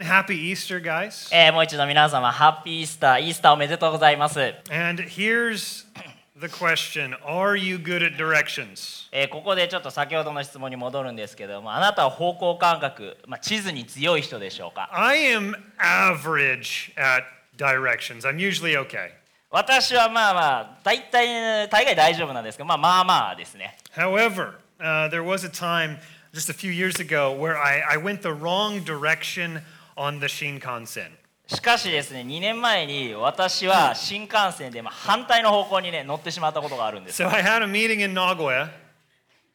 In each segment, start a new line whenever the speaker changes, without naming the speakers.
Happy Easter, guys.
えーもう一度皆様ハッピーイースターイースターおめでとうございます、
And here's the question Are you good at directions?
えーここでちょっと先ほどの質問に戻るんですけどもあなたは方向感覚、まあ、地図に強い人でしょうか
I am average at directions. I'm usually okay.
私はまあまあ大体大概大丈夫なんですけどまあまあまあですね
However, uh, there was a time just a few years ago where I, I went the wrong direction on the Shinkansen.
しかしですね2年前に私は新幹線でまあ反対の方向にね乗ってしまったことがあるんです
So I had a meeting in Nagoya,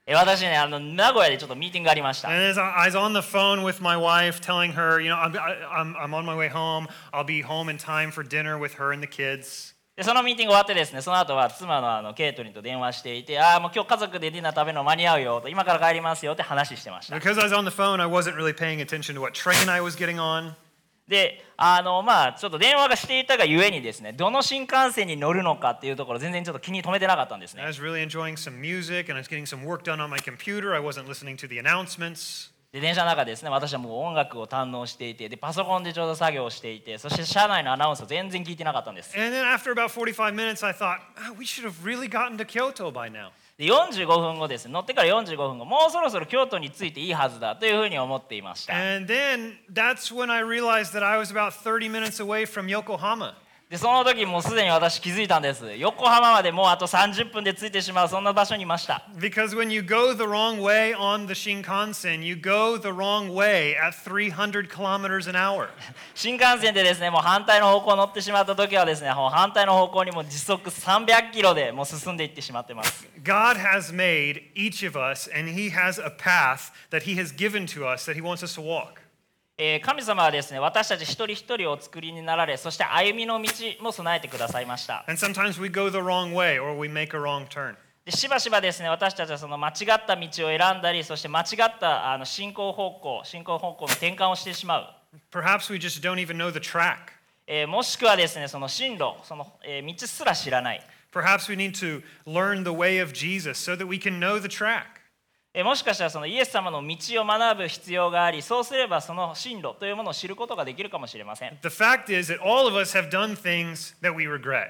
えー私ねあの名古屋でちょっとミーティングがありました
and as I I was on the phone with my wife, telling her, you know, I'm, I, I'm, I'm on my way home. I'll be home in time for dinner with her and the kids.
でそのミーティング終わってですねその後は妻のあのケイトリンと電話していて「ああもう今日家族でディナー食べるの間に合うよ」と「今から帰りますよ」って話してました
Because I was on the phone, I wasn't really paying attention to what train I was getting on.
であのまあちょっと電話がしていたがゆえにですねどの新幹線に乗るのかっていうところ全然ちょっと気に留めてなかったんですね
I was really enjoying some music and I was getting some work done on my computer. I wasn't listening to the announcements.
で電車の中でですね私はもう音楽を堪能していてでパソコンでちょうど作業をしていてそして車内のアナウンスを全然聞いてなかったんです
And then after about 45 minutes, I thought, "Ah, we should have really gotten to Kyoto by now.
で45分後ですね乗ってから45分後もうそろそろ京都に着いていいはずだというふうに思っていました
And then that's when I realized that I was about 30 minutes away from Yokohama.
でその時もうすでに私気づいたんです横浜までもうあと30分で着いてしまうそんな場所にいました
Because when you go the wrong way on the Shinkansen, you go the wrong way at 300 kilometers an hour.
新幹線でですねもう反対の方向に乗ってしまった時はですねもう反対の方向にも時速300キロでもう進んでいってしまってます
God has made each of us, and He has a path that He has given to us that He wants us to walk.
えー神様はですね私たち一人一人をお作りになられそして歩みの道も備えてくださいました
And sometimes we go the wrong way or we make a wrong turn.
でしばしばですね私たちはその間違った道を選んだりそして間違ったあの進行方向進行方向の転換をしてしまう
Perhaps we just don't even know the track.
えーもしくはですねその進路その、えー道すら知らない
Perhaps we need to learn the way of Jesus so that we can know the track.
えーもしかしたらそのイエス様の道を学ぶ必要がありそうすればその進路というものを知ることができるかもしれません、
The fact is that all of us have done things that we regret.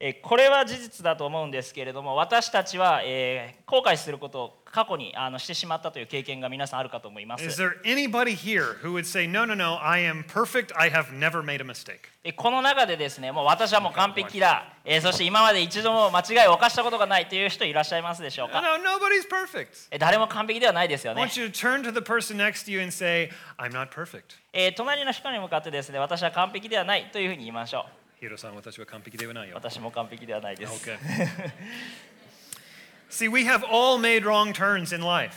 えーこれは事実だと思うんですけれども私たちは、えー後悔することを過去にあのしてしまったという経験が皆さんあるかと思いま
Is
す、
there anybody here who would say, No, no, no, I am perfect. I have never made a mistake?
えーこの中でですねもう私はもう完璧だ、えーそして今まで一度も間違いを犯したことがないという人いらっしゃいますでしょう
No,
か、
no, nobody's perfect.
えー誰も完璧ではないですよ
I
ね
want you to turn to the person next to you and say, I'm not perfect.
えー隣の人に向かってですね私は完璧ではないというふうに言いましょ
ヒロさん、私は完璧ではないよ
う。私も完璧ではないです、
See, we have all made wrong turns in life.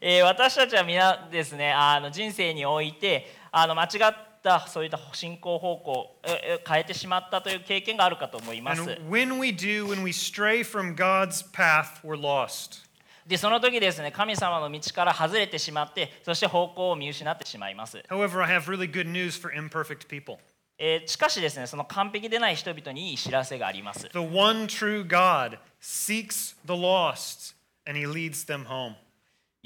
えー私たちは皆ですねあの人生においてあの間違ったそういった進行方向をええ変えてしまったという経験があるかと思います
And when we do, when we stray from God's path, we're lost.
でその時ですね神様の道から外れてしまってそして方向を見失ってしまいます、
However, I have really good news for imperfect people.
えーしかしですねその完璧でない人々にいい知らせがあります
The one true God seeks the lost and he leads them home.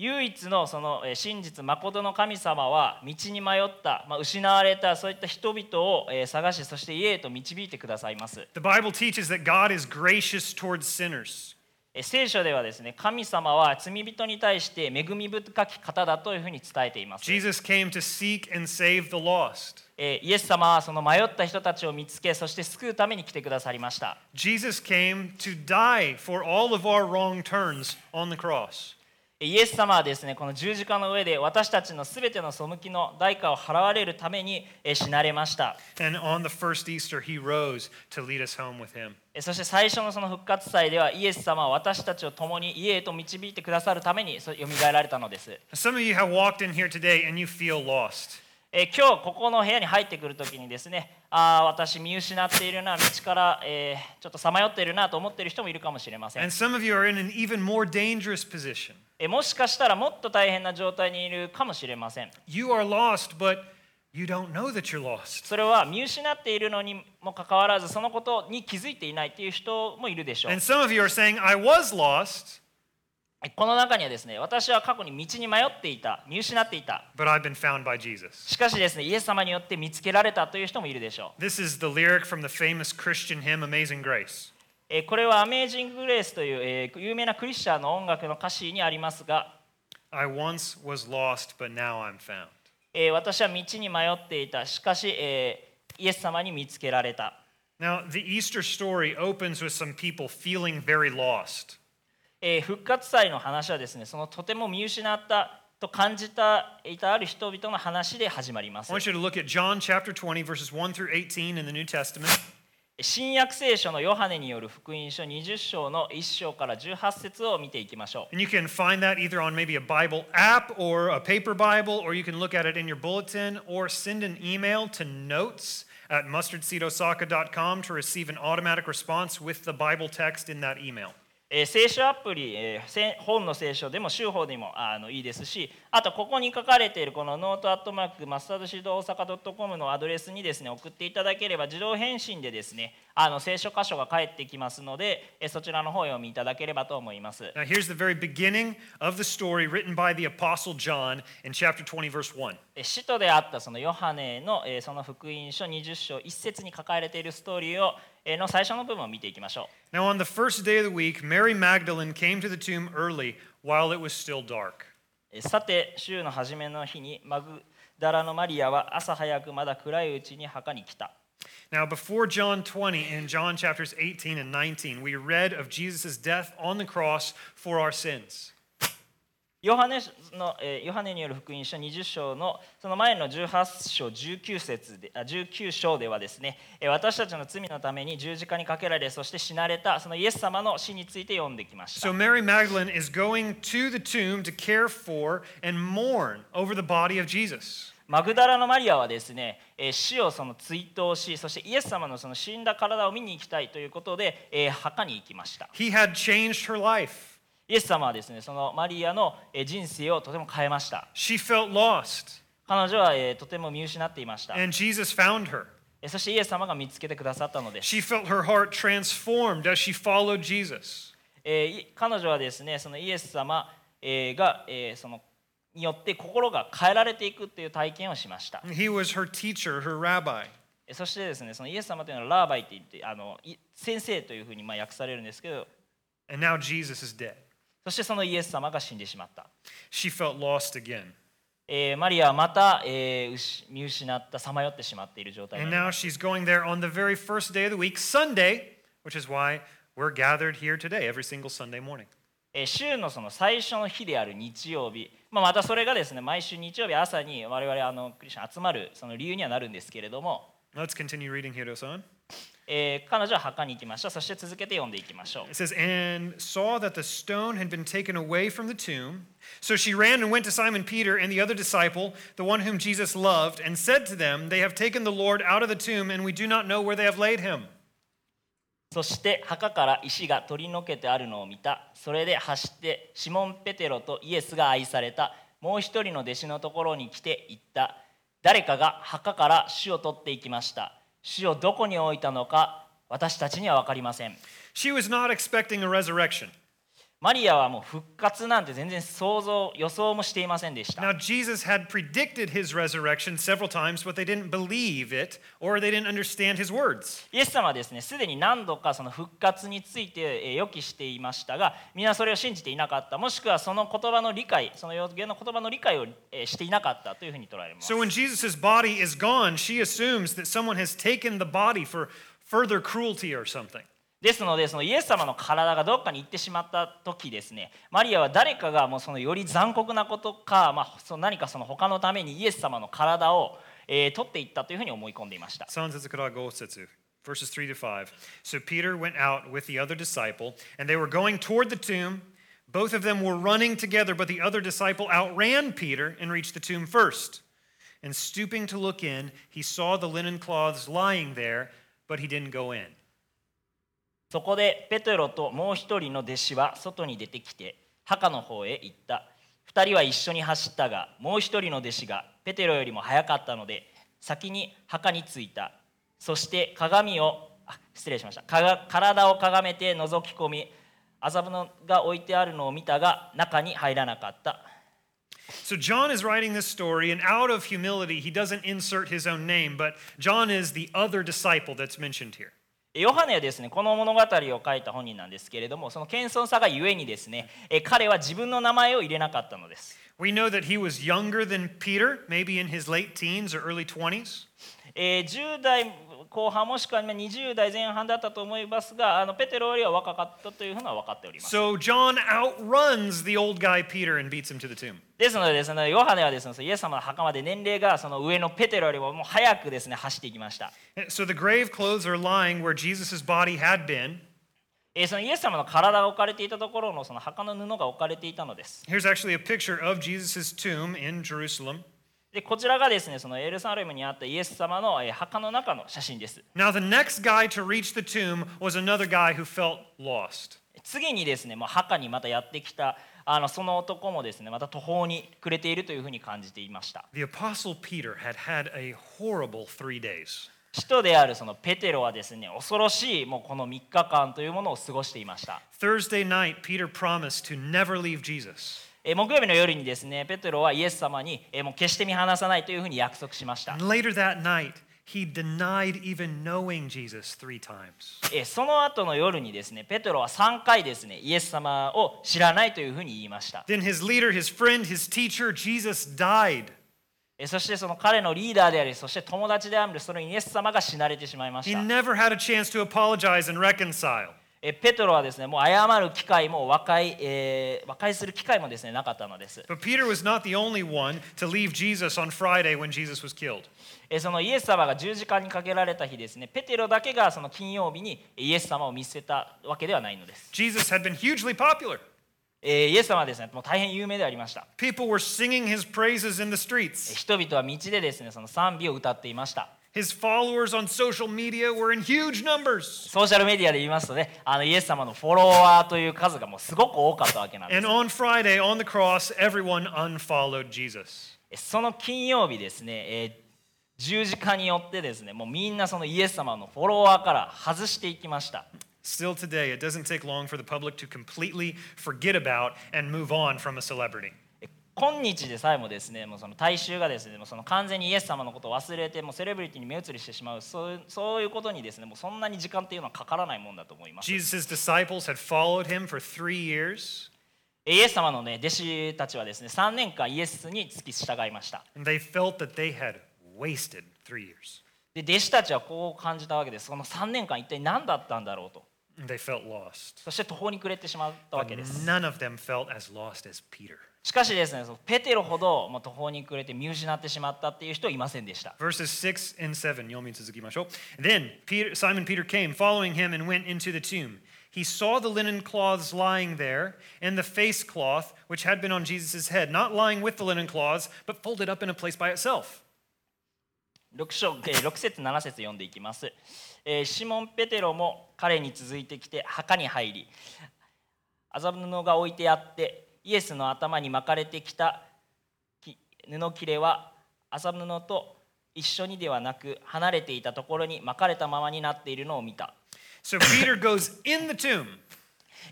唯一のそのえー真実誠の神様は道に迷った、まあ、失われたそういった人々をえー探しそして家へと導いてくださいます
The Bible teaches that God is gracious towards sinners.
え聖書ではですね神様は罪人に対して恵み深き方だというふうに伝えています、
Jesus came to seek and save the lost.
えイエス様はその迷った人たちを見つけそして救うために来てくださりました
Jesus came to die for all of our wrong turns on the cross.
えイエス様はですねこの十字架の上で私たちのすべての背きの代価を払われるためにえ死なれました
And on the first Easter, he rose to lead us home with him.
えそして最初のその復活祭ではイエス様は私たちを共に家へと導いてくださるためにそう蘇られたのです
Some of you have walked in here today and you feel lost.
えー今日ここの部屋に入ってくるときにですねああ私見失っているな道から、えーちょっとさまよっているなと思っている人もいるかもしれません
And、some of you are in an even more dangerous position.
えーもしかしたらもっと大変な状態にいるかもしれません
You are lost, but you don't know that you're lost.
それは見失っているのにもかかわらずそのことに気づいていないという人もいるでしょう
And some of you are saying, I was lost,
この中にはですね私は過去に道に迷っていた見失っていた
but I've been found by Jesus.
しかしですねイエス様によって見つけられたという人もいるでしょ
This is the lyric from the famous Christian hymn Amazing Grace.
う、えーこれは「アメージング・グレース」という、えー有名なクリスチャンの音楽の歌詞にありますが、
I once was lost, but now I'm found.
えー私は道に迷っていたしかし、えーイエス様に見つけられた、
Now, the Easter story opens with some people feeling very lost.
えー復活祭の話はですねそのとても見失ったと感じたいたある人々の話で始まります
I want you to look at John chapter 20, verses 1 through 18 in the New Testament.
新約聖書のヨハネによる福音書20章の1章から18節を見ていきましょう
And you can find that either on maybe a Bible app or a paper Bible, or you can look at it in your bulletin or send an email to notes at mustardseedosaka.com to receive an automatic response with the Bible text in that email.
えー聖書アプリ、えーせん本の聖書でも修法でもああのいいですしあとここに書かれているこのノートアットマークマスタードシード大阪 .com のアドレスにですね送っていただければ自動返信でですねあの聖書箇所が返ってきますので、えーそちらの方を読みいただければと思います、
Now, here's the very beginning of the story written by the Apostle John in chapter 20, verse 1.
えー使徒であったそのヨハネの、えーその福音書20章1節に書かれているストーリーを、えーの最初の部分を見ていきましょう
Now, on the first day of the week, Mary Magdalene came to the tomb early while it was still dark.
えさて週の初めの日にマグダラのマリアは朝早くまだ暗いうちに墓に来た
Now, before John 20, in John chapters 18 and 19, we read of Jesus' death on the cross for our sins.
ヨハネのえーヨハネによる福音書20章のその前の18章19節であ19章ではですねえー私たちの罪のために十字架にかけられそして死なれたそのイエス様の死について読んできました
So, Mary Magdalene is going to the tomb to care for and mourn over the body of Jesus.
マグダラのマリアはですねえー死をその追悼しそしてイエス様のその死んだ体を見に行きたいということでえー墓に行きました
He had changed her life.
イエス様はですねそのマリアのえー人生をとても変えました
She felt lost,
彼女は、えーとても見失っていました、え
and Jesus found her.
ーそしてイエス様が見つけてくださったのです、
She felt her heart transformed as she followed Jesus.
えーい彼女はですねそのイエス様、えーが、えーそのによって心が変えられていくという体験をしました、
He was her teacher, her rabbi.
えーそしてですねそのイエス様というのはラーバイって言ってあのい先生というふうにまあ訳されるんですけど
And now Jesus is dead.
そしてそのイエス様が死んでしまった、
She felt lost again.
えーマリアはまた、えーうし見失ったさまよってしまっている状態に
And
な
now
り
she's going there on the very first day of the week, Sunday, which is why we're gathered here today every single Sunday morning.
えー週のその最初の日である日曜日、まあ、またそれがですね毎週日曜日朝に我々あのクリスチャン集まるその理由にはなるんですけれども、
Let's continue reading here, Dosan.
えー彼女は墓に行きましたそして続けて読んでいきましょう
It says, and saw that the stone had been taken away from the tomb. So she ran and went to Simon Peter and the other disciple, the one whom Jesus loved, and said to them, They have taken the Lord out of the tomb, and we do not know where they have laid him.
そして墓から石が取り除けてあるのを見たそれで走ってシモン・ペテロとイエスが愛されたもう一人の弟子のところに来て行った誰かが墓から死を取っていきました死をどこに置いたのか私たちには分かりません
She was not expecting a resurrection.
マリアはもう復活なんて全然想像予想もしていませんでした
Now, Jesus had predicted his resurrection several times, but they didn't believe it or they didn't understand his words.
イエス様はですねすでに何度かその復活についてえー予期していましたが皆それを信じていなかったもしくはその言葉の理解その予言の言葉の理解をえーしていなかったというふうに捉えられます
So when Jesus' body is gone, she assumes that someone has taken the body for further cruelty or something.
ですのでそのイエス様の体がどっかに行ってしまった時ですねマリアは誰かがもうそのより残酷なことか、まあ、その何かその他のためにイエス様の体を、えー取っていったというふうに思い込んでいました
Sanzetsukara Gosetsu, verses 3 to 5. So Peter went out with the other disciple, and they were going toward the tomb. Both of them were running together, but the other disciple outran Peter and reached the tomb first. And stooping to look in, he saw the linen cloths lying there, but he didn't go in.
そこでペテロともう一人の弟子は外に出てきて墓の方へ行った二人は一緒に走ったがもう一人の弟子がペテロよりも早かったので先に墓に着いたそして鏡をあ失礼しましたかが体をかがめて覗き込み麻布のが置いてあるのを見たが中に入らなかった
So John is writing this story, and out of humility, he doesn't insert his own name, but John is the other disciple that's mentioned here.
ヨハネはですねこの物語を書いた本人なんですけれどもその謙遜さがゆえにですねえ彼は自分の名前を入れなかったのです
We know that he was younger than Peter, maybe in his late teens or early 20s.
えー10代後半もしくは20代前半だったと思いますがあのペテロよりは若かったというふうのは分かっております
So John outruns the old guy Peter and beats him to the tomb.
ですのでですねヨハネはですねそのイエス様の墓まで年齢がその上のペテロよりももう早くですね走っていきました、
So the grave clothes are lying where Jesus' body had been.
えーそのイエス様の体が置かれていたところのその墓の布が置かれていたのです
Here's actually a picture of Jesus' tomb in Jerusalem.
でこちらがですねそのエルサレムにあったイエス様のえー墓の中の写真です
Now, the next guy to reach the tomb was another guy who felt lost.
次にですねもう墓にまたやってきたあのその男もですねまた途方に暮れているというふうに感じていました
The Apostle Peter had had a horrible three days.
使徒であるそのペテロはですね恐ろしいもうこの3日間というものを過ごしていました
Thursday night, Peter promised to never leave Jesus.
えー木曜日の夜にですねペテロはイエス様にえーもう決して見放さないというふうに約束しました
And later that night, he denied even knowing Jesus three times.
えーその後の夜にですねペテロは3回ですねイエス様を知らないというふうに言いました
Then his leader, his friend, his teacher, Jesus died.
えーそしてその彼のリーダーでありそして友達であるそのイエス様が死なれてしまいまし
He
た
never had a chance to apologize and reconcile.
えーペテロはですねもう謝る機会も和解,、えー和解する機会もですねなかったのです
But Peter was not the only one to leave Jesus on Friday when Jesus was killed.
えーそのイエス様が十字架にかけられた日ですねペテロだけがその金曜日にイエス様を見捨てたわけではないのです、
Jesus had been hugely popular.
えーイエス様はですねもう大変有名でありました
People were singing his praises in the
えー
streets.
人々は道でですねその賛美を歌っていました
His followers on social media were in huge numbers.
ソーシャルメディアで言いますとねあのイエス様のフォロワーという数がもうすごく多かったわけなんです
And on Friday, on the cross, everyone unfollowed Jesus.
えその金曜日ですね、えー十字架によってですねもうみんなそのイエス様のフォロワーから外していきました
Still today, it doesn't take long for the public to completely forget about and move on from a celebrity.
え今日でさえもですねもうその大衆がですねもうその完全にイエス様のことを忘れてもうセレブリティに目移りしてしまうそういうそういうことにですねもうそんなに時間っていうのはかからないもんだと思いますえ
Jesus' disciples had followed him for three years,
イエス様のね弟子たちはですね3年間イエスに付き従いました
and they felt that they had wasted three years.
で弟子たちはこう感じたわけですその3年間一体何だったんだろうと
And They felt lost.
そして途方に暮れてしまったわけです
None of them felt as lost as Peter.
しかしですねそのペテロほどもう途方に暮れて見失ってしまったっていう人はいませんでした
Verses 6 and 7, 読み続けましょう. Then Peter, Simon Peter came, following him, and went into the tomb. He saw the linen cloths lying there, and the face cloth which had been on Jesus' head, not lying with the linen cloths, but folded up in a place by itself.
6, 章えー6節7節読んでいきます、えーシモン・ペテロも彼に続いてきて墓に入り麻布布が置いてあってイエスの頭に巻かれてきたき布切れは麻布と一緒にではなく離れていたところに巻かれたままになっているのを見た
So Peter goes in the tomb,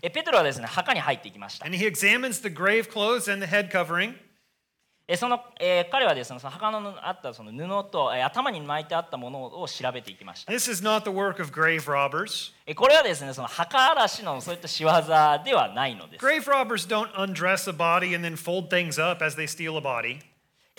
えーペテロはですね墓に入っていきました
and he examines the grave clothes and the head covering.
えーその、えー彼はですねその墓のあったその布と、えー頭に巻いてあったものを調べていきました、
This is not the work of grave robbers.
えーこれはですねその墓荒らしのそういった仕業ではないのです、
Grave robbers don't undress a body and then fold things up as they steal a body.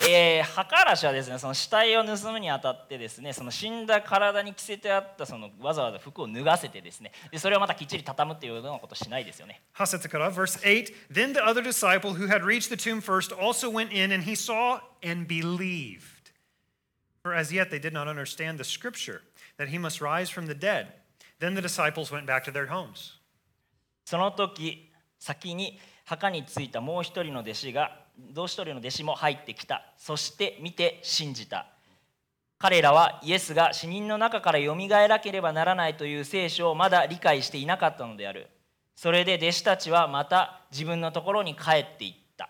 えー墓荒らしはですねその死体を盗むにあたってですねその死んだ体に着せてあったそのわざわざ服を脱がせてですねでそれをまたきっちり畳むっていうようなことしないですよね
Hasetakara, verse 8 Then the other disciple who had reached the tomb first also went in, and he saw and believed. For as yet they did not understand the scripture that he must rise from the dead. Then the disciples went back to their homes.
その時先に墓に着いたもう一人の弟子が同一人の弟子も入ってきたそして見て信じた彼らはイエスが死人の中からよみがえらければならないという聖書をまだ理解していなかったのであるそれで弟子たちはまた自分のところに帰っていった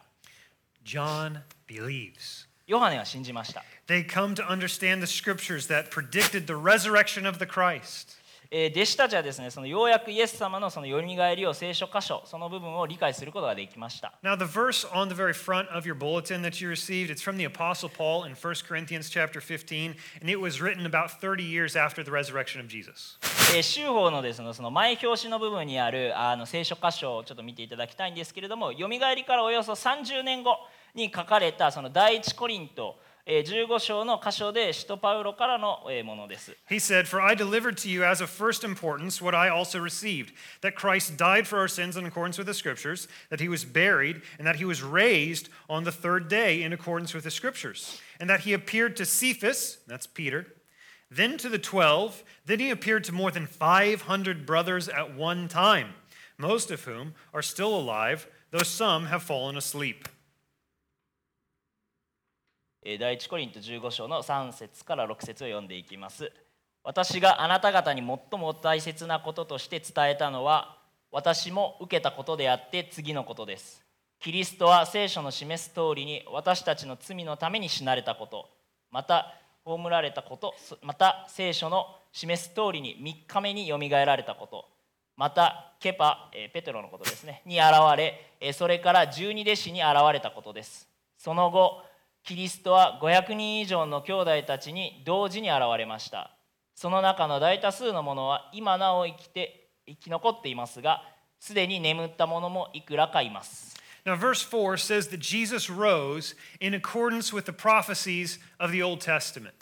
John believes.
ヨハネは信じました
They come to understand the scriptures that predicted the resurrection of the Christ.
えー弟子たちはですねそのようやくイエス様のそのよみがえりを聖書箇所その部分を理解することができました
Now, the verse on the very front of your bulletin that you received, it's from the Apostle Paul in 1 Corinthians chapter 15, and it was written about 30 years after the resurrection of Jesus.
えー修法のですねその前表紙の部分にあるあの聖書箇所をちょっと見ていただきたいんですけれどもよみがえりからおよそ30年後に書かれたその第一コリントえー15章の箇所で使徒パウロからのえーものです
He said, For I delivered to you as of first importance what I also received that Christ died for our sins in accordance with the Scriptures, that he was buried, and that he was raised on the third day in accordance with the Scriptures, and that he appeared to Cephas, that's Peter, then to the twelve, then he appeared to more than 500 brothers at one time, most of whom are still alive, though some have fallen asleep.
えー第一コリント15章の3節から6節を読んでいきます私があなた方に最も大切なこととして伝えたのは私も受けたことであって次のことですキリストは聖書の示す通りに私たちの罪のために死なれたことまた葬られたことそまた聖書の示す通りに3日目によみがえられたことまたケパ、えーペテロのことですねに現れえーそれから十二弟子に現れたことですその後キリストは500人以上の兄弟たちに同時に現れましたその中の大多数の者は今なお生きて生き残っていますがすでに眠った者もいくらかいます
Now, verse 4 says that Jesus rose in accordance with the prophecies of the Old Testament.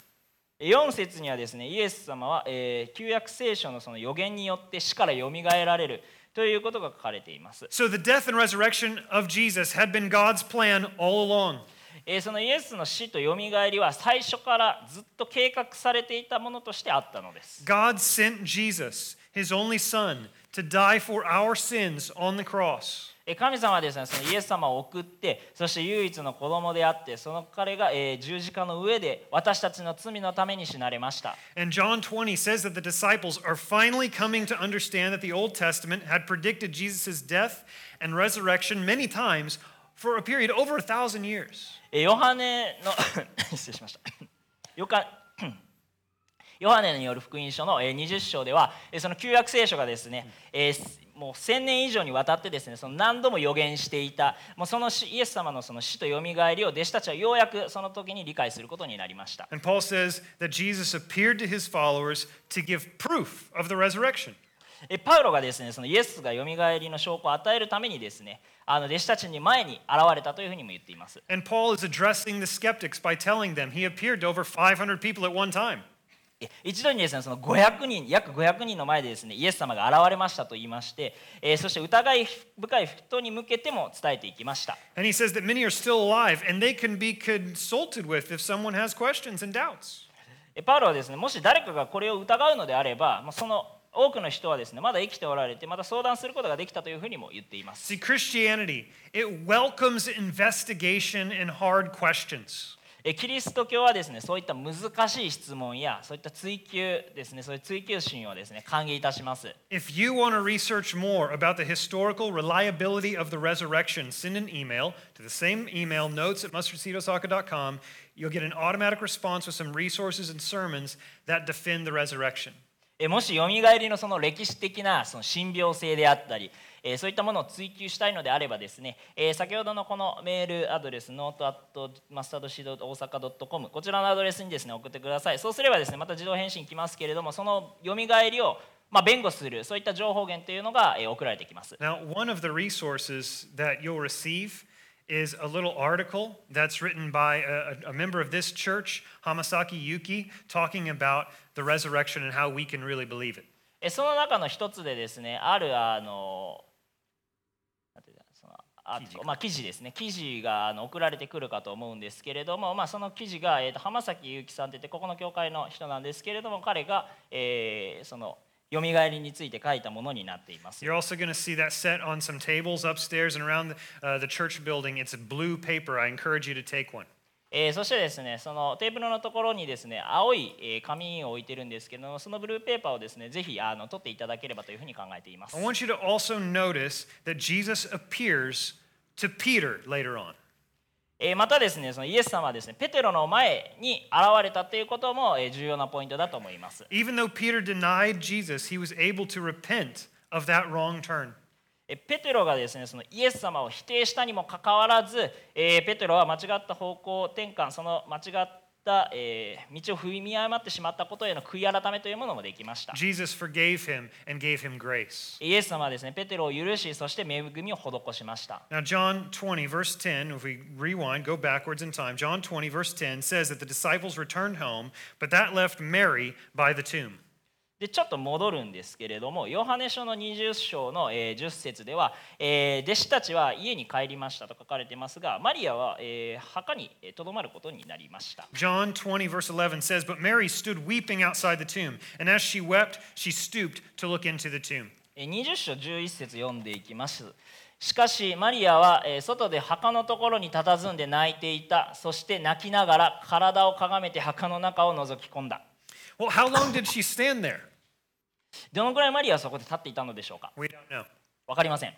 4節にはですねイエス様は、えー旧約聖書のその予言によって死からよみがえられるということが書かれています、
So, the death and resurrection of Jesus had been God's plan all along.
えーそのイエスの死とよみがえりは最初からずっと計画されていたものとしてあったのです
God sent Jesus, his only son, to die for our sins on the cross.
えー神様はですねそのイエス様を送ってそして唯一の子供であってその彼が、えー十字架の上で私たちの罪のために死なれました
And John 20 says that the disciples are finally coming to understand that the Old Testament had predicted Jesus' death and resurrection many times for a period over a thousand years.
えーヨハネの 失礼しましたヨカ ヨハネによる福音書のえー20章ではえーその旧約聖書がですね、えーすもう1000年以上にわたってですねその何度も予言していたもうその死イエス様のその死とよみがえりを弟子たちはようやくその時に理解することになりました
And Paul says that Jesus appeared to his followers to give proof of the resurrection.
えパウロがですねそのイエスがよみがえりの証拠を与えるためにですねあの弟子たちに前に現れたというふうにも言っています
And Paul is addressing the skeptics by telling them he appeared to over 500 people at one time.
え一度にですねその500人約500人の前でですねイエス様が現れましたと言いまして、えーそして疑い深い人に向けても伝えていきました、
And he says that many are still alive and they can be consulted with if someone has questions and doubts.
えパウロはですねもし誰かがこれを疑うのであればもうその多くの人はですねまだ生きておられてまた相談することができたというふうにも言っています
See, Christianity, it welcomes investigation and hard questions.
えキリスト教はですねそういった難しい質問やそういった追求ですねそういう追求心をですね歓迎いたします
If you want to research more about the historical reliability of the resurrection, send an email to the same email, notes at mustardseedosaka.com. You'll get an automatic response with some resources and sermons that defend the resurrection.
えもしよみがえりのその歴史的なその信憑性であったり、えーそういったものを追求したいのであればですね、えー先ほどのこのメールアドレスノートアットマスタードシード大阪 .com こちらのアドレスにですね送ってくださいそうすればですねまた自動返信きますけれどもそのよみがえりをまあ弁護するそういった情報源というのが、えー送られてきます、
Now, one of the resources that you'll receive is a little article that's written by a, a- a member of this church, Hamasaki Yuki, talking about the resurrection and how we can really believe it.
えーその中の一つでですねあるあのなんていうんだそのあ
記事か
まあ、記事ですね記事があの送られてくるかと思うんですけれども、まあ、その記事が、えー、と浜崎祐樹さんといってここの教会の人なんですけれども彼が、えーそのよみがえりについて書いたものになっています
You're also going to see that set on some tables upstairs and around the, uh, the church building. It's blue paper. I encourage you to take one.
えーそしてですねそのテーブルのところにですね青い、えー紙を置いてるんですけれどもそのブルーペーパーをですねぜひあの取っていただければというふうに考えています
I want you to also notice that Jesus appears to Peter later on.
えーまたですねそのイエス様はですねペテロの前に現れたということも、えー重要なポイントだと思います、
Even though Peter denied Jesus, he was able to repent of that wrong turn.
えーペテロがですねそのイエス様を否定したにもかかわらず、えーペテロは間違った方向転換その間違った、えー道を踏み誤ってしまったことへの悔い改めというものもできました
Jesus forgave him and gave him grace.
イエス様はですねペテロを許しそして恵みを施しました
Now, John 20, verse 10, if we rewind, go backwards in time, John 20, verse 10 says that the disciples returned home, but that left Mary by the tomb.
でちょっと戻るんですけれどもヨハネ書の20章の、えー10節では、えー弟子たちは家に帰りました」と書かれてますがマリアは、えー墓にえーとどまることになりました。
John 20, verse 11 says, But Mary stood weeping outside the tomb, and as she wept, she stooped to look into the tomb.
えー20章11節読んでいきます。しかしマリアは、えー外で墓のところに佇んで泣いていたそして泣きながら体をかがめて墓の中を覗き込んだ
Well, how long did she stand there?
どのくらいマリアはそこで立っていたのでしょうか
We don't know.
分かりません、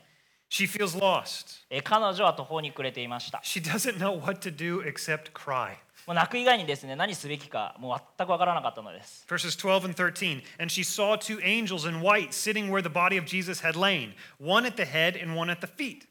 She feels lost.
えー彼女は途方に暮れていました
She doesn't know what to do except cry.
もう泣く以外にですね何すべきかもう全く分からなかったのです
Verses 12 and 13. And she saw two angels in white sitting where the body of Jesus had lain, one at the head and one at the feet.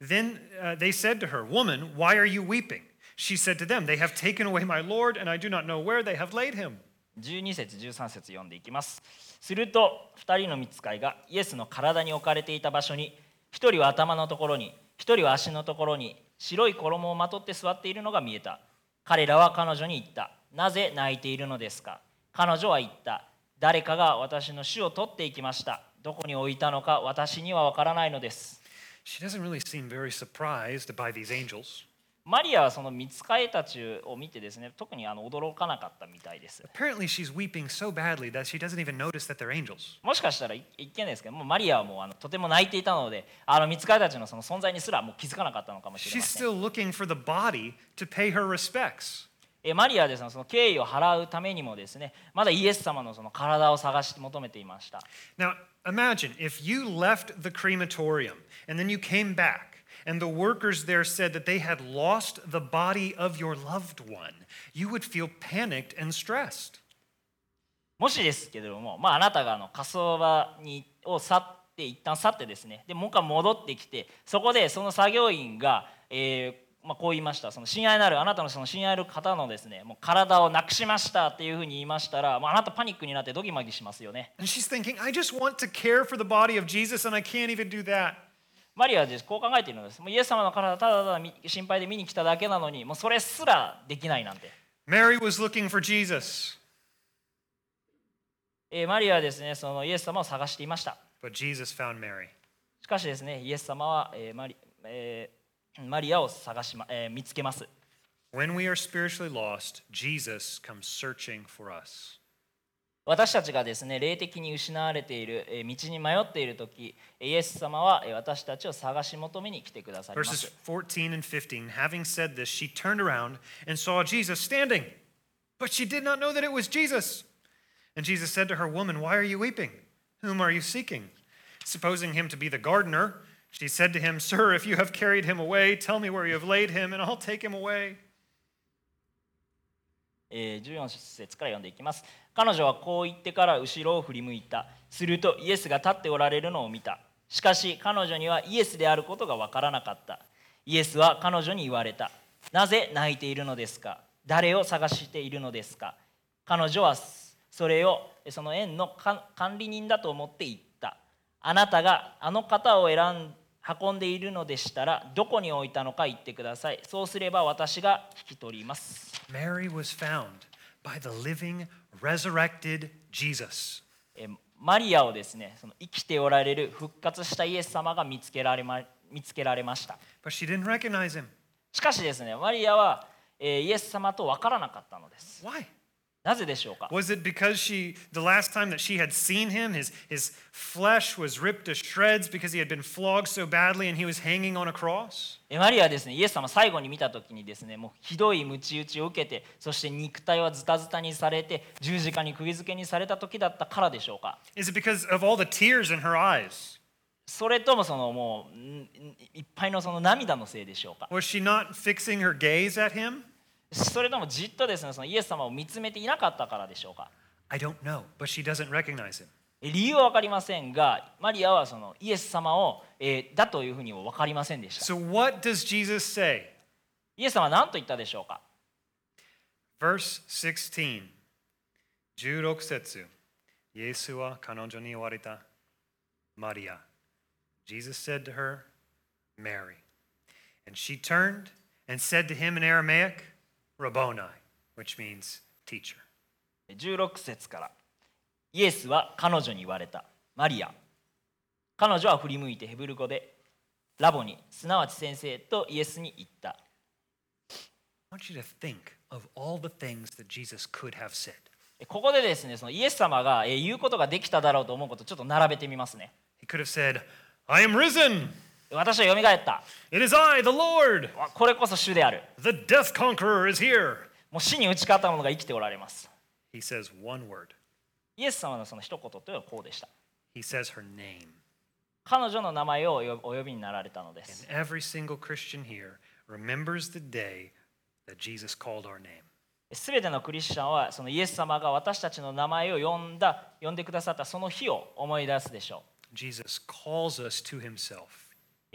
Then uh, they said to her, Woman, why are you weeping? She said to them, They have taken away my Lord, and I do not know where they have laid him.
12節13節読んでいきますすると2人の見つかいがイエスの体に置かれていた場所に1人は頭のところに1人は足のところに白い衣をまとって座っているのが見えた彼らは彼女に言ったなぜ泣いているのですか彼女は言った誰かが私の死を取っていきましたどこに置いたのか私にはわからないのです
She doesn't really seem very surprised by these angels.
マリアはその見つかいたちを見てですね特にあの驚かなかったみたいです
Apparently, she's weeping so badly that she doesn't even notice that they're angels.
もしかしたらい一見ですけどもうマリアはもうあのとても泣いていたのであの見つかりたちのその存在にすらもう気づかなかったのかもし
She's
れません
still looking for the body to pay her respects.
えマリアはですねその敬意を払うためにもですねまだイエス様のその体を探し求めていました
Now, imagine if you left the crematorium and then you came back, and the workers there said that they had lost the body of your loved one. You would feel panicked and stressed.
もしですけれども、まあ、あなたがあの火葬場にを去って一旦去ってですねでもう一回戻ってきてそこでその作業員が、えーまあ、こう言いましたその親愛なるあなたのその親愛なる方のですねもう体をなくしましたっていうふうに言いましたら、まあ、あなたパニックになってドギマギしますよね
And she's thinking, I just want to care for the body of Jesus, and I can't even do that.
マリアはですこう考えているのです。もうイエス様の体ただただみ心配で見に来ただけなのに、もうそれすらできないなんて。
Mary was looking for Jesus,
えーマリアはですね、そのイエス様を探していました。
but Jesus found Mary.
しかしですね、イエス様は、えーマリえーマリアを探し、まえー見つけます。
When we are spiritually lost, Jesus comes searching for us.
私たちがですね、霊的に失われている、えー道に迷っている時イエス様はえー私たちを探し求めに来てくださいま
Verses
す。
14 and 15. Having said this, she turned around and saw Jesus standing, but she did not know that it was Jesus. And Jesus said to her, Woman, why are you weeping? Whom are you seeking? Supposing him to be the gardener, she said to him, Sir, if you have carried him away, tell me where you have laid him, and I'll take him away.
えー14節から読んでいきます彼女はこう言ってから後ろを振り向いたするとイエスが立っておられるのを見たしかし彼女にはイエスであることがわからなかったイエスは彼女に言われたなぜ泣いているのですか誰を探しているのですか彼女はそれをその園のか管理人だと思って言ったあなたがあの方を選ん運んでいるのでしたらどこに置いたのか言ってくださいそうすれば私が引き取ります
Mary was found by the living, resurrected Jesus.
えーマリアをですねその生きておられる復活したイエス様が見つけられま見つけられました
But she didn't recognize him.
しかしですねマリアは、えーイエス様と分からなかったのです
Why?
なぜでしょうか
Was it because she, the last time that she had seen him, his, his flesh was ripped to shreds because he had been flogged so badly and he was hanging on a cross?
えーマリアはですねイエス様最後に見た時にですねもうひどい鞭打ちを受けてそして肉体はズタズタにされて十字架に釘付けにされた時だったからでしょうか
Is it because of all the tears in her eyes?
それともそのもうんいっぱいのその涙のせいでしょうか
Was she not fixing her gaze at him?
それともじっとですねそのイエス様を見つめていなかったからでしょうか
I don't know, but she doesn't recognize him.
理由は分かりませんがマリアはそのイエス様を、えーだというふうにも分かりませんでした
So, what does Jesus say?
イエス様は何と言ったでしょうか
Verse 16. 16節イエスは彼女に言われた。マリア。Jesus said to her, Mary. And she turned and said to him in Aramaic, Rabboni, which means teacher.
16節からイエスは彼女に言われたマリア彼女は振り向いてヘブル語でラボにすなわち先生とイエスに言った
I want you to think of all the things that Jesus could have said.
ここでですねそのイエス様が、えー言うことができただろうと思うことをちょっと並べてみますね
He could have said, I am risen.
私はよみがえった
It is I, the Lord.
わこれこそ主である
The death conqueror is here.
もう死に打ち勝った者が生きておられます
He says one word.
イエス様のその一言というのはこうでした
He says her name.
彼女の名前をお呼お呼びになられたのです
And every single Christian here remembers the day that Jesus called our name.
全てのクリスチャンはそのイエス様が私たちの名前を呼んだ呼んでくださったその日を思い出すでしょ
Jesus calls us to himself.
う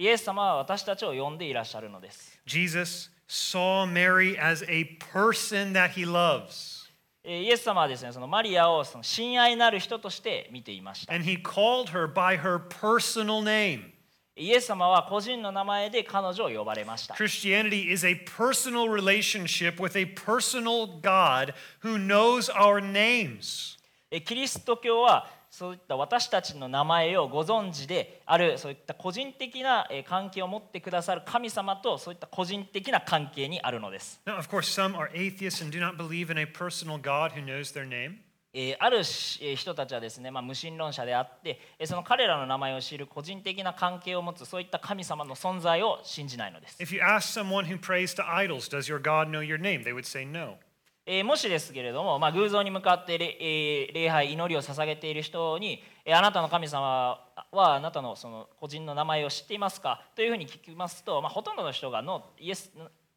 イエス様は私たちを呼んでいらっしゃるのです
Jesus saw Mary as a person that he loves,
えーイエス様はですねそのマリアをその親愛なる人として見ていました
and he called her by her personal name.
イエス様は個人の名前で彼女を呼ばれました
Christianity is a personal relationship with a personal God who knows our names.
えーキリスト教はそういった私たちの名前をご存知であるそういった個人的なえー関係を持ってくださる神様とそういった個人的な関係にあるのです
Now, of course, some are atheists and do not believe in a personal God who knows their name.
えーあるしえー人たちはですね、まあ、無神論者であってえーその彼らの名前を知る個人的な関係を持つそういった神様の存在を信じないのです、
If you ask someone who prays to idols, does your God know your name? They would say no.
えーもしですけれども、まあ、偶像に向かってれ、えー礼拝祈りを捧げている人に、えーあなたの神様はあなたのその個人の名前を知っていますかというふうに聞きますと、まあ、ほとんどの人がノーイエス、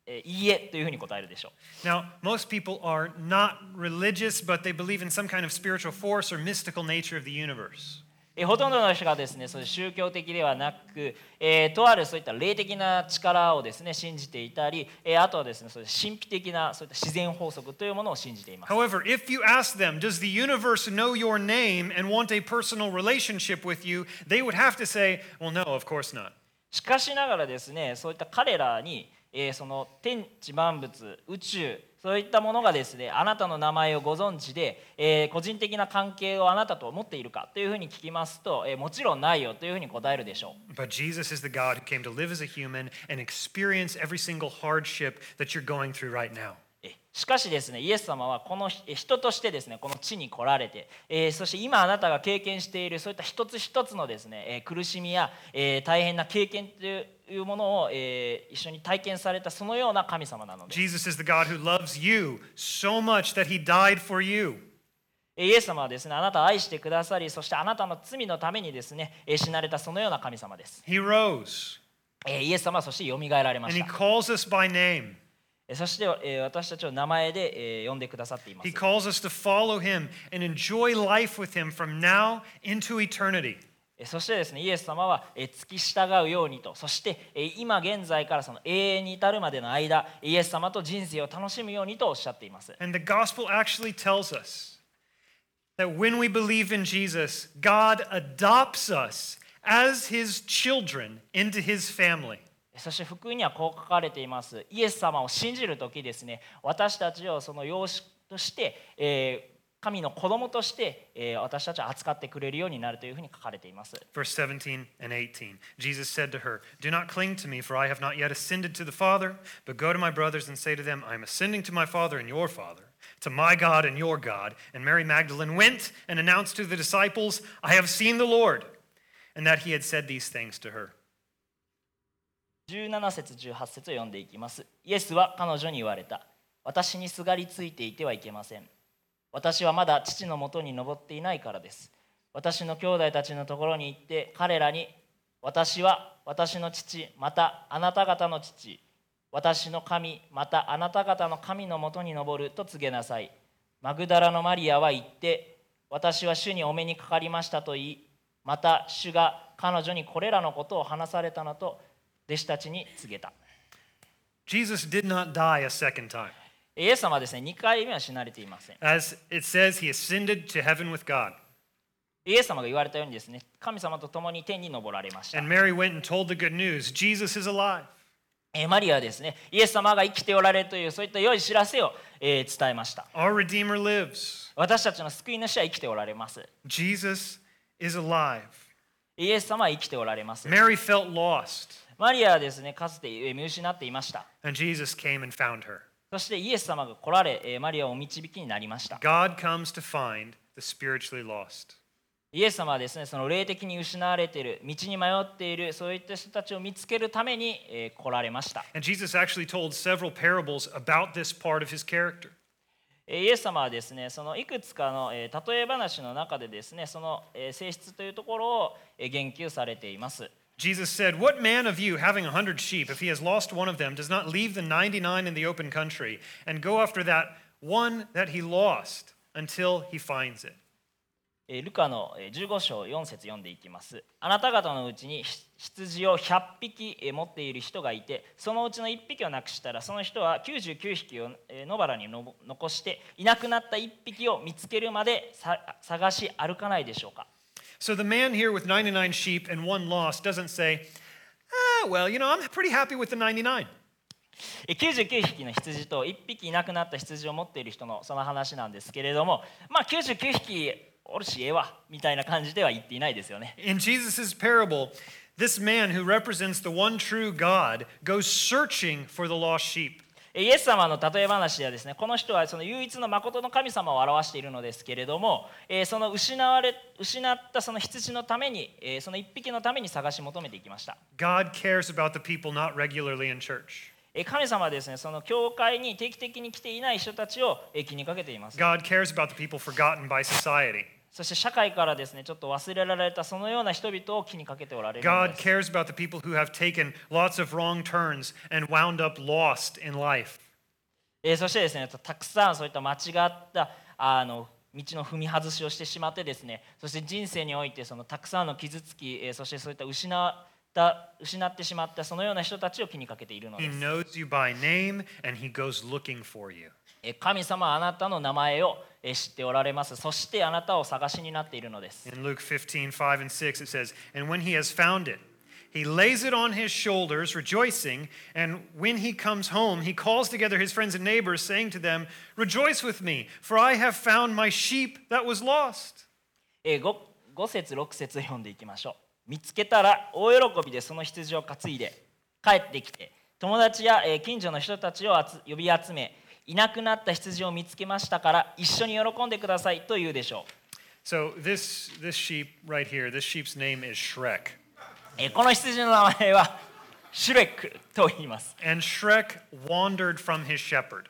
えーいいえというふうに答えるでしょう
Now, most people are not religious, but they believe in some kind of spiritual force or mystical nature of the universe.
えーほとんどの人がですねそういう宗教的ではなく、えーとあるそういった霊的な力をですね信じていたり、えーあとはですねそういう神秘的なそういった自然法則というものを信じています
However, if you ask them, does the universe know your name and want a personal relationship with you, they would have to say, well, no, of course not.
しかしながらですねそういった彼らに、えーその天地万物宇宙そういったものがですねあなたの名前をご存知で、えー個人的な関係をあなたと持っているかというふうに聞きますと、えーもちろんないよというふうに答えるでしょう
But Jesus is the God who came to live as a human and experience every single hardship that you're going through right now.
えしかしですねイエス様はこのえ人としてですねこの地に来られて、えーそして今あなたが経験しているそういった一つ一つのですね、えー苦しみや、えー大変な経験というものを、えー一緒に体験されたそのような神様なので
Jesus is the God who loves you so much that he died for you.
えーイエス様はですねあなたを愛してくださりそしてあなたの罪のためにですね、えー死なれたそのような神様です、
He rose
えーイエス様はそしてよみがえられま
and
し
he
た
calls us by name.
えーそして、えー私たちを名前で、えー呼んでくださっています
He calls us to follow him and enjoy life with him from now into eternity.
えーそしてですねイエス様はえー付き従うようにとそしてえー今現在からその永遠に至るまでの間イエス様と人生を楽しむようにとおっしゃっています
And the gospel actually tells us that when we believe in Jesus, God adopts us as his children into his family.
そして福音にはこう書かれていますイエス様を信じる時ですね私たちをその養子として、えー神の子供として、えー私たちを扱ってくれるようになるというふうに書かれています
Verse 17 and 18. Jesus said to her, Do not cling to me, for I have not yet ascended to the Father, but go to my brothers and say to them, I am ascending to my Father and your Father, to my God and your God. And Mary Magdalene went and announced to the disciples, I have seen the Lord, and that he had said these things to her.
17節18節を読んでいきますイエスは彼女に言われた私にすがりついていてはいけません私はまだ父のもとに登っていないからです私の兄弟たちのところに行って彼らに私は私の父またあなた方の父私の神またあなた方の神のもとに登ると告げなさいマグダラのマリアは言って私は主にお目にかかりましたと言いまた主が彼女にこれらのことを話されたのと弟子たちに告げた
Jesus did not die a second time.
イエス様はですね2回目は死なれていません
As it says, he ascended to heaven with God.
イエス様が言われたようにですね神様と共に天に昇られました
And Mary went and told the good news Jesus is alive.
えーマリアはですねイエス様が生きておられるというそういった良い知らせを、えー伝えました
Our Redeemer lives.
私たちの救い主は生きておられます
Jesus is alive.
イエス様は生きておられます
Mary felt lost,
マリアはですねかつてえー見失っていました
and Jesus came and found her.
そしてイエス様が来られえーマリアをお導きになりました
God comes to find the spiritually lost.
イエス様はですねその霊的に失われている道に迷っているそういった人たちを見つけるために、えー来られました、
And Jesus actually told several parables about this part of his character.
えーイエス様はですねそのいくつかの、えー例え話の中でですねその、えー性質というところを、えー言及されています
Jesus said, What man of you, having a hundred sheep, if he has lost one of them, does not leave the 99 in the open country and go after that one that he lost until he finds it?
えールカのえー15章4節読んでいきますあなた方のうちにひ羊を100匹えー持っている人がいてそのうちの1匹をなくしたらその人は99匹をえー野原にのぼ残していなくなった1匹を見つけるまでさ探し歩かないでしょうか
So the man here with 99 sheep and one lost doesn't say, Ah, well, you know, I'm pretty happy with the 99.
えー99匹の羊と1匹いなくなった羊を持っている人のその話なんですけれどもまあ99匹おるしええわみたいな感じでは言っていないですよね
In Jesus' parable, this man who represents the one true God goes searching for the lost sheep.
イエス様の例え話ではですねこの人はその唯一の誠の神様を表しているのですけれども、えーその失われ失ったその羊のために、えーその一匹のために探し求めていきました、
God cares about the people not regularly in church.
えー神様はですねその教会に定期的に来ていない人たちを、えー気にかけています
God cares about the people forgotten by society.
そして社会からですねちょっと忘れられたそのような人々を気にかけておられるの
God
です
cares about the people who have taken lots of wrong turns and wound up lost in life.
えーそしてですねたくさんそういった間違ったあの道の踏み外しをしてしまってですねそして人生においてそのたくさんの傷つき、えーそしてそういった失った失ってしまったそのような人たちを気にかけているの
He
です、
knows you by name and he goes looking for you.
えー神様はあなたの名前を、えー知っておられますそしてあなたを探しになっているのです、
In Luke 15, 5 and 6, it says, And when he has found it, he lays it on his shoulders, rejoicing. And when he comes home, he calls together his friends and neighbors, saying to them, Rejoice with me, for I have found my sheep that was lost.
え 5, 節6節読んでいきましょう見つけたら大喜びでその羊を担いで帰ってきて友達や、えー近所の人たちをあつ呼び集めいなくなった羊を見つけましたから一緒に喜んでくださいと言うでしょ
So this, this sheep right here, this sheep's name is Shrek.
う、えーこの羊の名前はシュレックと言います、
And Shrek wandered from his shepherd.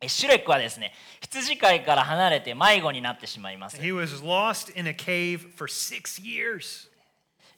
えーシュレックはですね羊飼いから離れて迷子になってしまいます、
He was lost in a cave for six years.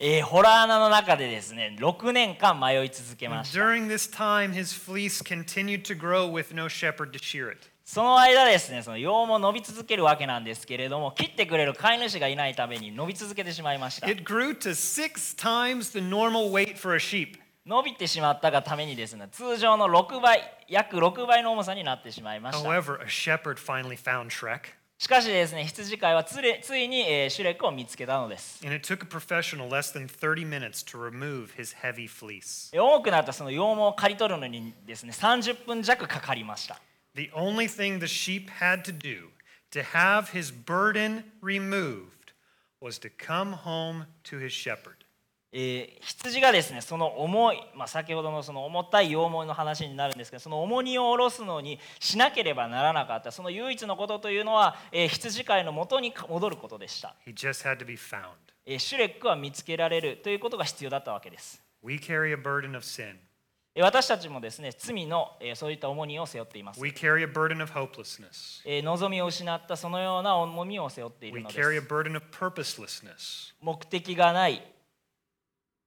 えー、ホラー穴の中でですね6年間迷い続けました
During this time, his fleece continued to grow with no shepherd to shear it.
その間ですね、その羊毛伸び続けるわけなんですけれども、切ってくれる飼い主がいないために伸び続けてしまいました。
It grew to six times the normal weight for a sheep.
伸びてしまったがためにですね、通常の6倍、約6倍の重さになってしまいました。
However, a shepherd finally found Shrek,
しかしですね、羊飼いはつれついに、えーシュレックを見つけたのです。
and it took a professional less than 30 minutes to remove his heavy fleece.
え多くなったその羊毛を刈り取るのにですね、30分弱かかりました。
The only thing the sheep had to do to have his burden removed was to come home to his shepherd.
えー羊がですねその重い、まあ、先ほどのその重たい羊毛の話になるんですけどその重荷を下ろすのにしなければならなかったその唯一のことというのは、えー羊飼いの元に戻ることでした、
He just had to be found.
えーシュレックは見つけられるということが必要だったわけです、
We carry a burden of sin.
えー私たちもですね罪の、えーそういった重荷を背負っています、
We carry a burden of hopelessness.
えー望みを失ったそのような重みを背負っている
We
ので
carry a
す
burden of purposelessness.
目的がない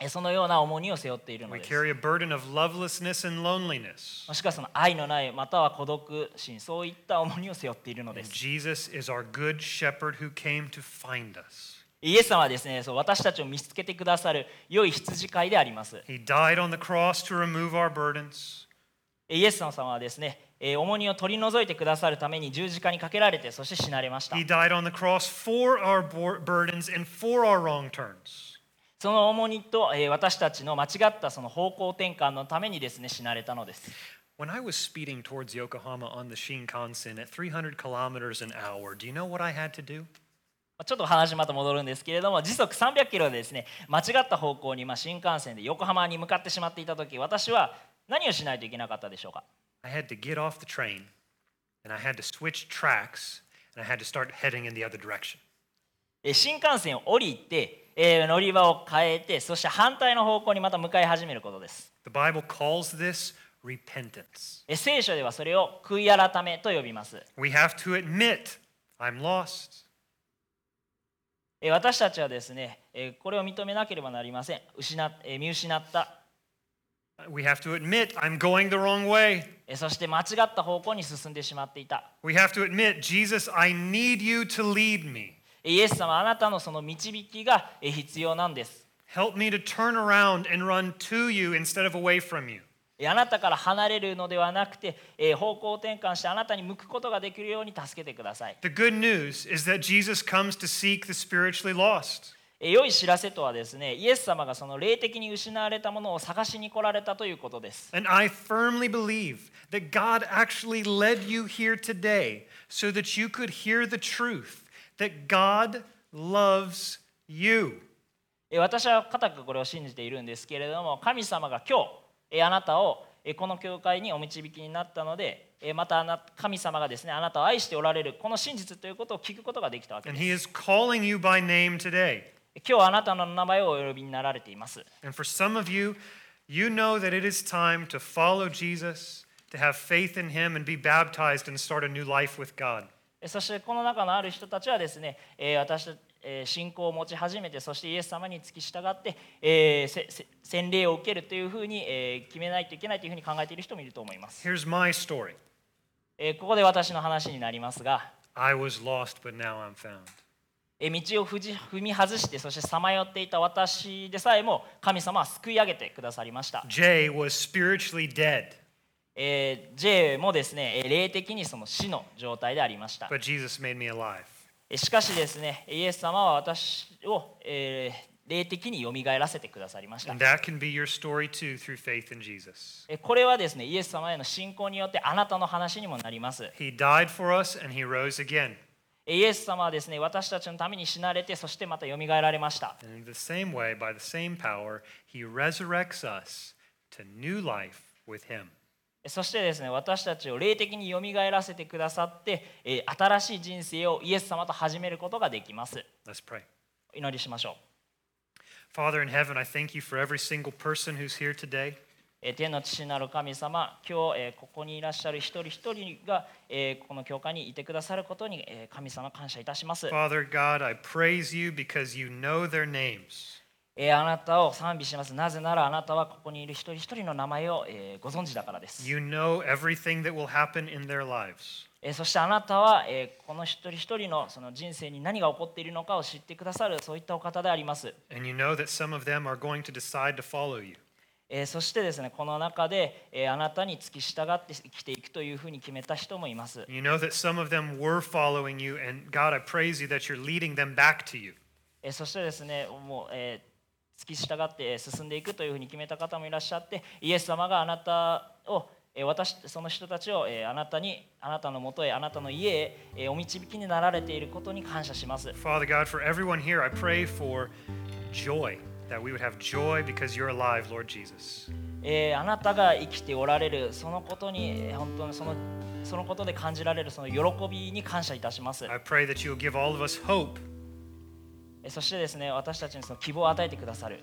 えそのような重荷を背負っているの
We
です
carry a burden of lovelessness and loneliness.
もしくはその愛のないまたは孤独心そういった重荷を背負っているのです
Jesus is our good shepherd who came to find us.
イエス様はですねそう私たちを見つけてくださる良い羊飼いであります
He died on the cross to remove our burdens.
えイエス様はですねえー重荷を取り除いてくださるために十字架にかけられてそして死なれました
He died on the cross for our bor- burdens and for our wrong turns.
その重荷とえー私たちの間違ったその方向転換のためにですね死なれたのです
When I was speeding towards Yokohama on the Shinkansen at 300 kilometers an hour, do you know what I had to do?
まあちょっと話また戻るんですけれども時速300キロでですね間違った方向にまあ新幹線で横浜に向かってしまっていた時私は何をしないといけなかったでしょうか
I had to get off the train and I had to switch tracks and I had to start heading in the other direction.
えー新幹線を降りて、えー乗り場を変えてそして反対の方向にまた向かい始めることです
The Bible calls this repentance.
えー聖書ではそれを悔い改めと呼びます、
We have to admit, I'm lost.
えー私たちはですね、えーこれを認めなければなりません失っ、えー見失った、
We have to admit, I'm going the wrong way.
えーそして間違った方向に進んでしまっていた
We have to admit, Jesus, I need you to lead me.
えーイエス様あなたのその導きがえー必要なんです
Help me to turn around and run to you instead of away from you.
えーあなたから離れるのではなくてえー方向転換してあなたに向くことができるように助けてください
The good news is that Jesus comes to seek the spiritually lost.
えー良い知らせとはですねイエス様がその霊的に失われたものを探しに来られたということです
And I firmly believe that God actually led you here today so that you could hear the truth that God loves you.
えー私は固くこれを信じているんですけれども神様が今日えーあなたをえーこの教会にお導きになったのでえーまたあな神様がですねあなたを愛しておられるこの真実ということを聞くことができたわけ
And
です
He is calling you by name today.
今日あなたの名前をお呼びになられています
And for some of you, you know that it is time to follow Jesus, to have faith in Him, and be baptized and start a new life with God.
えそしてこの中のある人たちはですね、えー私たえー信仰を持ち始めてそしてイエス様に付き従って、えーせせ洗礼を受けるというふうに、えー決めないといけないというふうに考えている人もいると思います、
Here's my story
えーここで私の話になりますが、
I was lost, but now I'm found.
えー道を踏じ踏み外してそしてさまよっていた私でさえも神様は救い上げてくださりました、
Jay was spiritually dead,
えー J もですねえー霊的にその死の状態でありました、
but Jesus made me alive.
えーしかしですねイエス様は私を、えー霊的によみがえらせてくださりました
And that can be your story too through faith in Jesus.
えこれはですねイエス様への信仰によってあなたの話にもなりますえ
He died for us and he rose again.
イエス様はですね私たちのために死なれてそしてまたよみがえられました、
And in the same way, by the same power, he resurrects us to new life with him.
えそしてですね私たちを霊的によみがえらせてくださってえ新しい人生をイエス様と始めることができます
Let's pray.
お祈りしましょう
Father in heaven, I thank you for every single person who's here today.
え天の父なる神様今日えここにいらっしゃる一人一人がえこの教会にいてくださることにえ神様感謝いたします、
Father God, I praise you because you know their names.
えあなたを賛美しますなぜならあなたはここにいる一人一人の名前をえご存知だからです
You know everything that will happen in their lives.
えーそしてあなたは、えーこの一人一人のその人生に何が起こっているのかを知ってくださるそういったお方であります、
And you know that some of them are going to decide to follow you.
えーそしてですねこの中で、えーあなたに付き従って生きていくというふうに決めた人もいます、
You know that some of them were following you, and God, I praise you that you're leading them back to you.
えーそしてですねもう、えー付き従ってえー進んでいくというふうに決めた方もいらっしゃってイエス様があなたをえー私その人たちを、えーあなたにあなたのもとへあなたの家へ、えーお導きになられていることに感謝します、
Father God, for everyone here, I pray for joy, that we would have joy because you're alive, Lord Jesus.
えーあなたが生きておられるそのことにえー本当にそのそのことで感じられるその喜びに感謝いたします、
I pray that you'll give all of us hope.
えーそしてですね私たちにその希望を与えてくださる、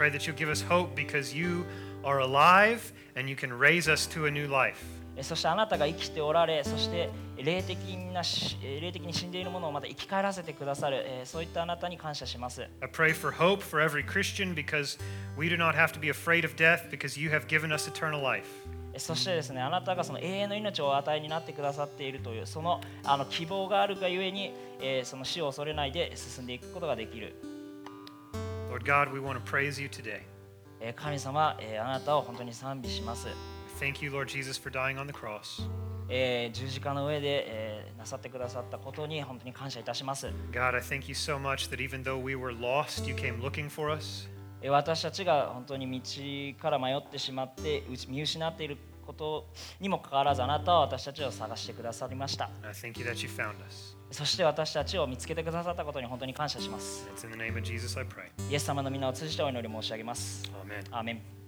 I pray that you'll give us hope because you are alive and you can raise us to a new life.
えそしてあなたが生きておられそして霊的なしえ霊的に死んでいるものをまた生き返らせてくださるえそういったあなたに感謝します
I pray for hope for every Christian because we do not have to be afraid of death because you have given us eternal life.
えそしてですねあなたがその永遠の命をお与えになってくださっているというそのあの希望があるがゆえにえその死を恐れないで進んでいくことができる
Lord God, we want to praise you today.
え神様えあなたを本当に賛美します
Thank you, Lord Jesus, for dying on the cross.
えー十字架の上で、えーなさってくださったことに本当に感謝いたします、
God, I thank you so much that even though we were lost, you came looking for us.
えー私たちが本当に道から迷ってしまってうち見失っていることにもかかわらずあなたは私たちを探してくださりました
And I thank you that you found us.
そして私たちを見つけてくださったことに本当に感謝します
It's in the name of Jesus I pray.
イエス様の皆を通じてお祈り申し上げます
Amen.
アーメン